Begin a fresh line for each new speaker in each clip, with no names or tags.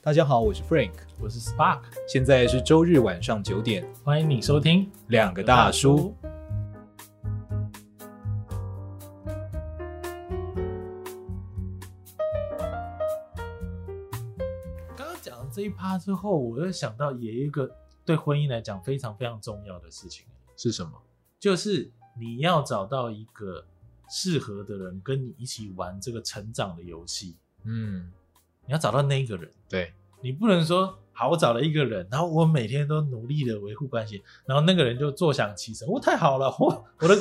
大家好，我是 Frank，
我是 Spark，
现在是周日晚上九点，
欢迎你收听
两个大叔。
刚刚讲到这一趴之后，我又想到也有一个对婚姻来讲非常非常重要的事情，
是什么？
就是你要找到一个适合的人跟你一起玩这个成长的游戏，
嗯，
你要找到那一个人，
对，
你不能说。好，我找了一个人，然后我每天都努力的维护关系，然后那个人就坐享其成。我太好了，我我的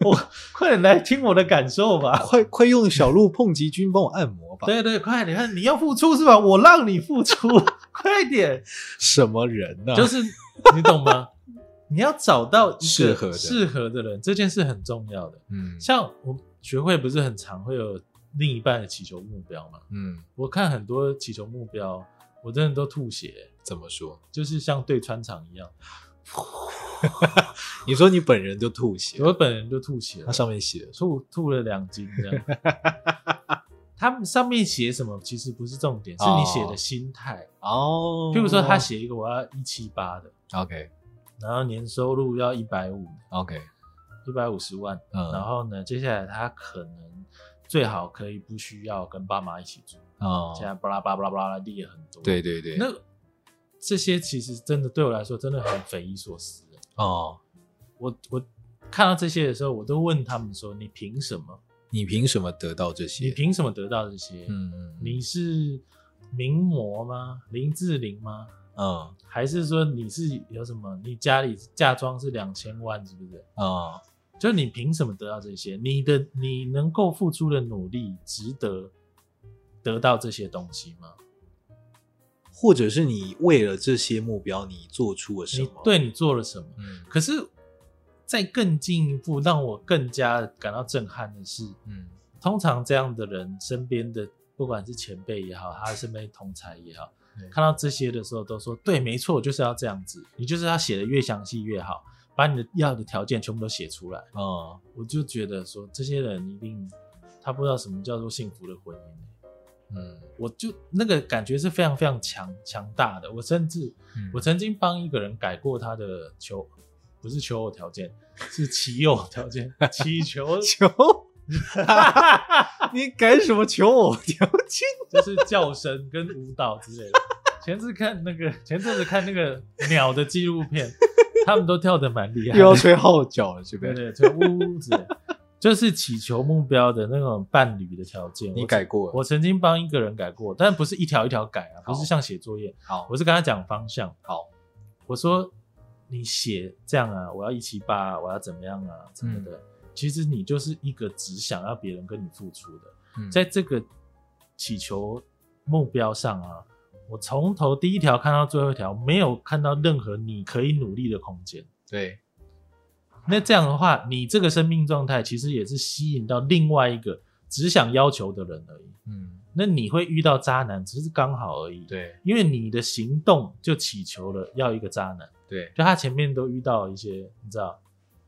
我快点来听我的感受吧。
啊快快用小鹿碰击君帮我按摩吧。
对对，快点！你看你要付出是吧？我让你付出， 快点！
什么人啊呢、
就是你懂吗？你要找到一个
适合的
适合的人，这件事很重要的。
嗯
像我学会不是很常会有另一半的祈求目标嘛？
嗯，
我看很多祈求目标，我真的都吐血，
怎么说？
就是像对穿肠一样，
你说你本人就吐血，
我本人就吐血了
它，上面写
吐吐了两斤这 样。他们上面写什么其实不是重点，是你写的心态。
哦
譬如说，他写一个我要一七八的，
OK
然后年收入要一百五，
OK，
一百五十万。
嗯，
然后呢，接下来他可能最好可以不需要跟爸妈一起住，现
哦，
在巴拉巴拉巴拉列很多。，
对对对，
那这些其实真的对我来说真的很匪夷所思。
哦，
我我看到这些的时候，我都问他们说：“你凭什么？
你凭什么得到这些？
你凭什么得到这些？
嗯嗯，
你是名模吗？林志玲吗？
嗯
还是说你是有什么？你家里嫁妆是两千万，是不是？”
嗯
就你凭什么得到这些？你的你能够付出的努力值得得到这些东西吗？
或者是你为了这些目标，你做出了什
你
么？
对你做了什么？
嗯，
可是，再更进一步让我更加感到震撼的是，
嗯
通常这样的人身边的，不管是前辈也好，他身边同才也好
对，
看到这些的时候都说：“对，没错，就是要这样子，你就是要写的越详细越好，把你的要的条件全部都写出来。”
嗯，
我就觉得说，这些人一定他不知道什么叫做幸福的婚姻。
嗯，
我就那个感觉是非常非常强强大的。我甚至我曾经帮一个人改过他的求，不是求偶条件，是祈友条件，祈求
求，你改什么求偶条件？
就是叫声跟舞蹈之类的。前次看那个前阵子看那个鸟的纪录片，他们都跳得蛮厉害
又要
的，
吹号角了，是不
对
是？
对，就呜呜之类的，就是祈求目标的那种伴侣的条件。
你
我
改过了，
我曾经帮一个人改过，但不是一条一条改啊，
好
不是像写作业，
好，
我是跟他讲方向。
好，
我说你写这样啊，我要一七八啊，我要怎么样啊，什么的。
嗯
其实你就是一个只想要别人跟你付出的，
嗯
在这个祈求目标上啊，我从头第一条看到最后一条，没有看到任何你可以努力的空间。
对，
那这样的话，你这个生命状态其实也是吸引到另外一个只想要求的人而已。
嗯，
那你会遇到渣男，只是刚好而已。，
对
因为你的行动就祈求了要一个渣男，
对，
就他前面都遇到一些你知道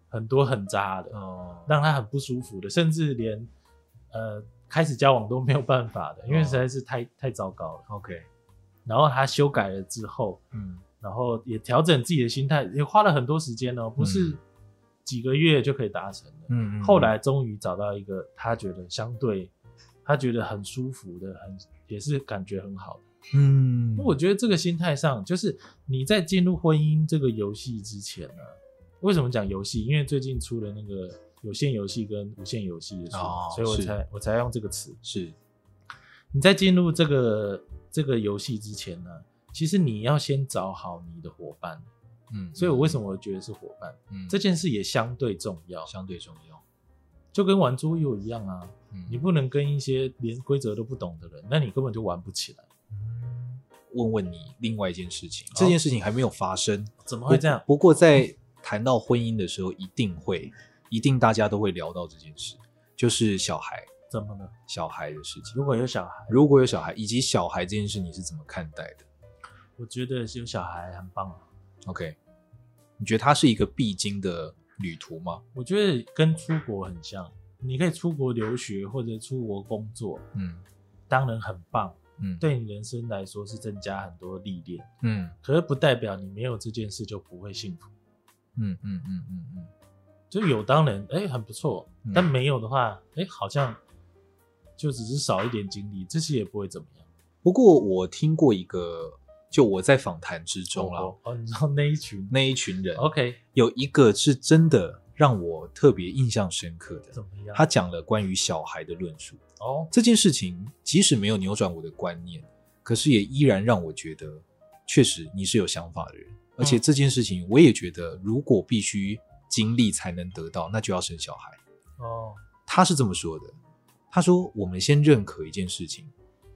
很多很渣的，
哦，
让他很不舒服的，甚至连呃开始交往都没有办法
哦
的，因为实在是太太糟糕了。
OK，
然后他修改了之后，
嗯，
然后也调整自己的心态，也花了很多时间哦，不是
嗯
几个月就可以达成的。
嗯
后来终于找到一个他觉得相对他觉得很舒服的，很也是感觉很好的。
嗯，
那我觉得这个心态上，就是你在进入婚姻这个游戏之前呢、为什么讲游戏？因为最近出了那个有线游戏跟无线游戏的书，
哦
所以我
是
才我才用这个词。
是，
你在进入这个这个游戏之前呢、其实你要先找好你的伙伴。
嗯，
所以我为什
么
么我觉得是伙伴、这
这
件事也相对重要，
嗯相对重要？
就跟玩桌游一样啊。
嗯
你不能跟一些连规则都不懂的人，那你根本就玩不起来。
嗯问问你另外一件事情，这件事情还没有发生，
怎么会这样？
不不过在谈到婚姻的时候，一定会，一定大家都会聊到这件事，就是小孩，
怎么了？
小孩的事情。
如果有小孩，
如果有小孩，以及小孩这件事，你是怎么看待的
我觉得有小孩很棒啊。
？OK，你觉得它是一个必经的旅途吗？
我觉得跟出国很像，你可以出国留学或者出国工作，
嗯
当然很棒。
嗯，，
对你人生来说是增加很多历练，
嗯
可是不代表你没有这件事就不会幸福。
嗯嗯嗯嗯嗯，
就有当然，哎、很不错
嗯，
但没有的话，哎、好像就只是少一点经历，这些也不会怎么样。
不过我听过一个，就我在访谈之中啦，
哦，哦哦你知道那一群
那一群人
，OK，
有一个是真的让我特别印象深刻的，
怎么样？
他讲了关于小孩的论述。
哦，
这件事情即使没有扭转我的观念，可是也依然让我觉得，确实你是有想法的人。而且这件事情，我也觉得，如果必须经历才能得到，那就要生小孩。
哦，
他是这么说的：“他说，我们先认可一件事情，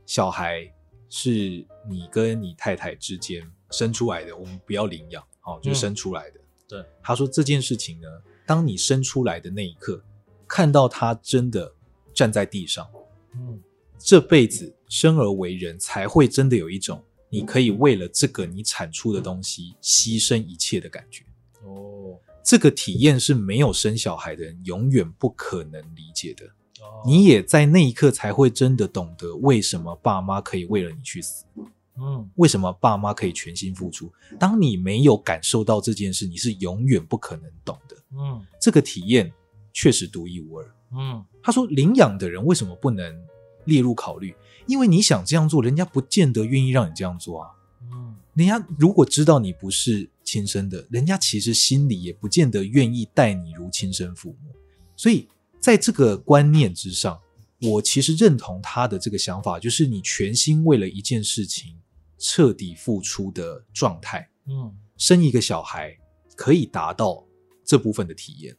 小孩是你跟你太太之间生出来的，我们不要领养，哦，就是生出来的。
对，
他说这件事情呢，当你生出来的那一刻，看到他真的站在地上，
嗯，
这辈子生而为人，才会真的有一种你可以为了这个你产出的东西牺牲一切的感觉。
哦，
这个体验是没有生小孩的人永远不可能理解的。
哦
你，也在那一刻才会真的懂得为什么爸妈可以为了你去死，
嗯，
为什么爸妈可以全心付出。当你没有感受到这件事，你是永远不可能懂的。
嗯，
这个体验确实独一无二。
嗯，
他说，领养的人为什么不能列入考虑？因为你想这样做，人家不见得愿意让你这样做啊。
嗯，
人家如果知道你不是亲生的，人家其实心里也不见得愿意待你如亲生父母。所以在这个观念之上，我其实认同他的这个想法，就是你全心为了一件事情彻底付出的状态，
嗯，
生一个小孩可以达到这部分的体验。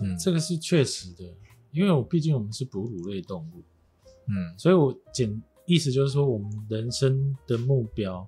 嗯
这个是确实的，因为我毕竟我们是哺乳类动物，
嗯
所以我简意思就是说，我们人生的目标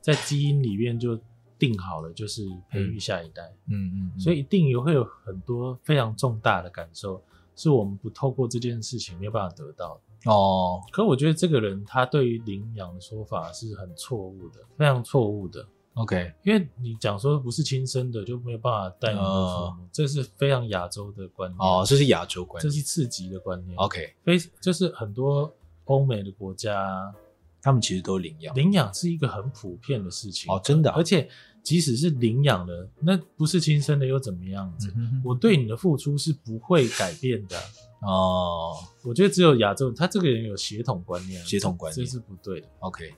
在基因里面就定好了，就是培育下一代，
嗯嗯嗯
所以一定也会有很多非常重大的感受，是我们不透过这件事情没有办法得到的。
哦，
可我觉得这个人他对于领养的说法是很错误的，非常错误的。
OK，
因为你讲说不是亲生的就没有办法带你的父母，这是非常亚洲的观念，
哦哦，这是哦亚洲观
这
念。
是次级的观念。
OK，
非就是很多欧美的国家，
他们其实都领养。
领养是一个很普遍的事情，
哦，真的啊、
而且即使是领养了，那不是亲生的又怎么样子？
嗯哼
我对你的付出是不会改变的啊。
嗯哦
我觉得只有亚洲，他这个人有血统观念啊，
血统观念
这是不对的。
，OK。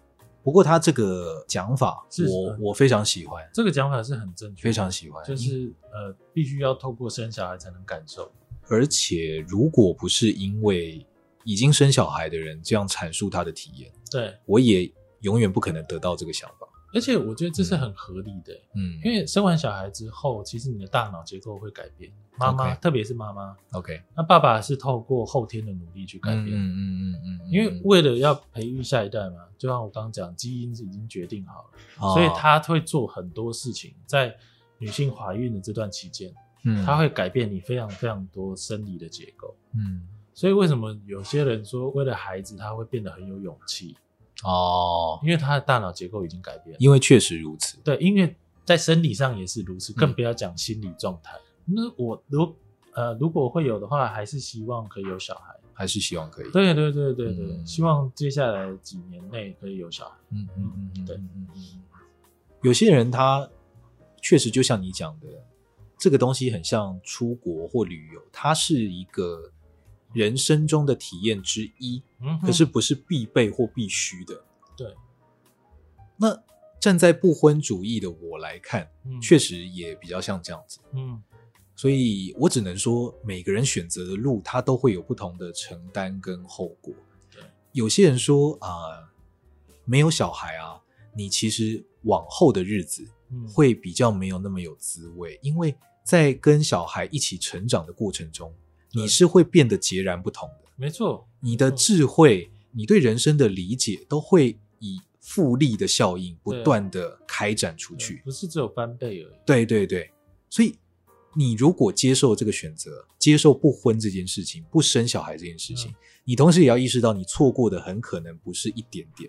不过他这个讲法，
是
我
嗯
我非常喜欢，
这个讲法是很正确的，
非常喜欢。
就是呃，必须要透过生小孩才能感受。
而且如果不是因为已经生小孩的人这样阐述他的体验，
对，
我也永远不可能得到这个想法。
而且我觉得这是很合理的，
嗯，
因为生完小孩之后，其实你的大脑结构会改变。妈妈
OK
特别是妈妈，
OK，
那爸爸是透过后天的努力去改
嗯嗯
变。
嗯嗯嗯，
因为为了要培育下一代嘛，就像我刚刚讲，基因是已经决定好了，
哦
所以他会做很多事情，在女性怀孕的这段期间，
嗯
它会改变你非常非常多生理的结构。
嗯
所以为什么有些人说为了孩子他会变得很有勇气，
哦，
因为他的大脑结构已经改变了。
因为确实如此。
对，因为在生理上也是如
嗯
此，更不要讲心理状态。那我如呃如果会有的话，还是希望可以有小孩。
还是希望可以，
对对对对对，
嗯
希望接下来几年内可以有小孩。
嗯嗯嗯嗯，
对
嗯嗯嗯。有些人他确实就像你讲的，这个东西很像出国或旅游，它是一个人生中的体验之一，
嗯哼，
可是不是必备或必须的。
对，
那站在不婚主义的我来看，
嗯
确实也比较像这样子。
嗯
所以我只能说，每个人选择的路，他都会有不同的承担跟后果
对。
有些人说啊、没有小孩啊，你其实往后的日子
嗯
会比较没有那么有滋味，因为在跟小孩一起成长的过程中，
对嗯
你是会变得截然不同的。
没错，
你的智慧，你对人生的理解，都会以复利的效应不
对
断的开展出
对
去。
不是只有翻倍而已。
对对对，所以你如果接受这个选择，接受不婚这件事情，不生小孩这件事情，
嗯
你同时也要意识到，你错过的很可能不是一点点，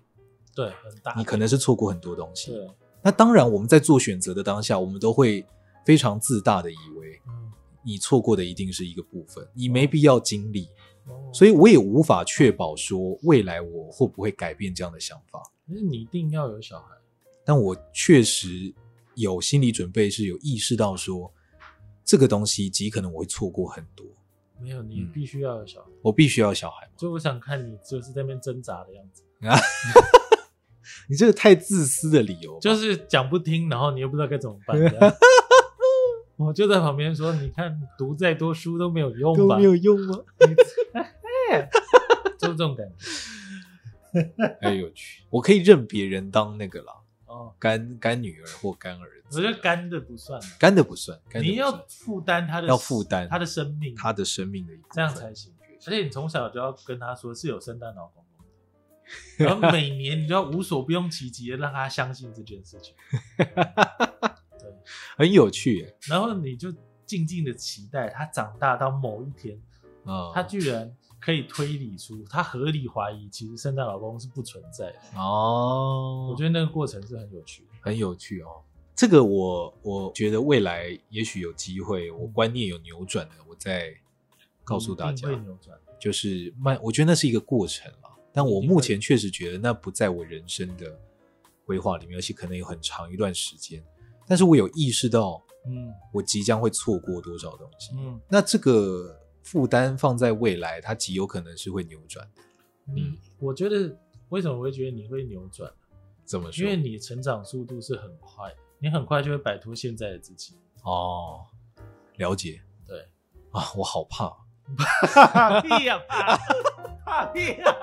对，很大。
你可能是错过很多东西。
对，
那当然，我们在做选择的当下，我们都会非常自大的以为
嗯
你错过的一定是一个部分，你没必要经历，
哦
所以我也无法确保说未来我会不会改变这样的想法。
以你一定要有小孩，
但我确实有心理准备，是有意识到说这个东西极可能我会错过很多，
没有你
嗯
必须要有小孩。
我必须要有小孩嘛。
所以我想看你就是在那边挣扎的样子，
你这个太自私的理由吧，
就是讲不听，然后你又不知道该怎么 办。这样我就在旁边说：“你看，读再多书都没有用吧？
用吗？
就是这种感觉。
哎呦我去，我可以认别人当那个啦，”
哦，
干干女儿或干儿
我
子，
觉得干的不算，
干的不算，干的
你
不算
要负担他的
要负担
他的生命，
他的生命的一部分，
这样才行。而且你从小就要跟他说是有生蛋脑公公 的，然后每年你就要无所不用其极的让他相信这件事情，
很有趣耶
然后你就静静的期待他长大到某一天，
啊。
他居然可以推理出他合理怀疑其实圣诞老公是不存在的。
哦，
我觉得那个过程是很有趣的。
很有趣哦。这个我我觉得未来也许有机会，我观念有扭转的，我再告诉大
一定
家
会，扭转，
就是慢，我觉得那是一个过程啦。但我目前确实觉得那不在我人生的规划里面，而且可能有很长一段时间。但是我有意识到，
嗯
我即将会错过多少东西。
嗯
那这个负担放在未来，它极有可能是会扭转的。
嗯，我觉得为什么我会觉得你会扭转？
怎么
因
说
为？你成长速度是很快的，你很快就会摆脱现在的自己。
哦，了解
对，
啊，我好怕。
怕屁呀、怕怕屁呀、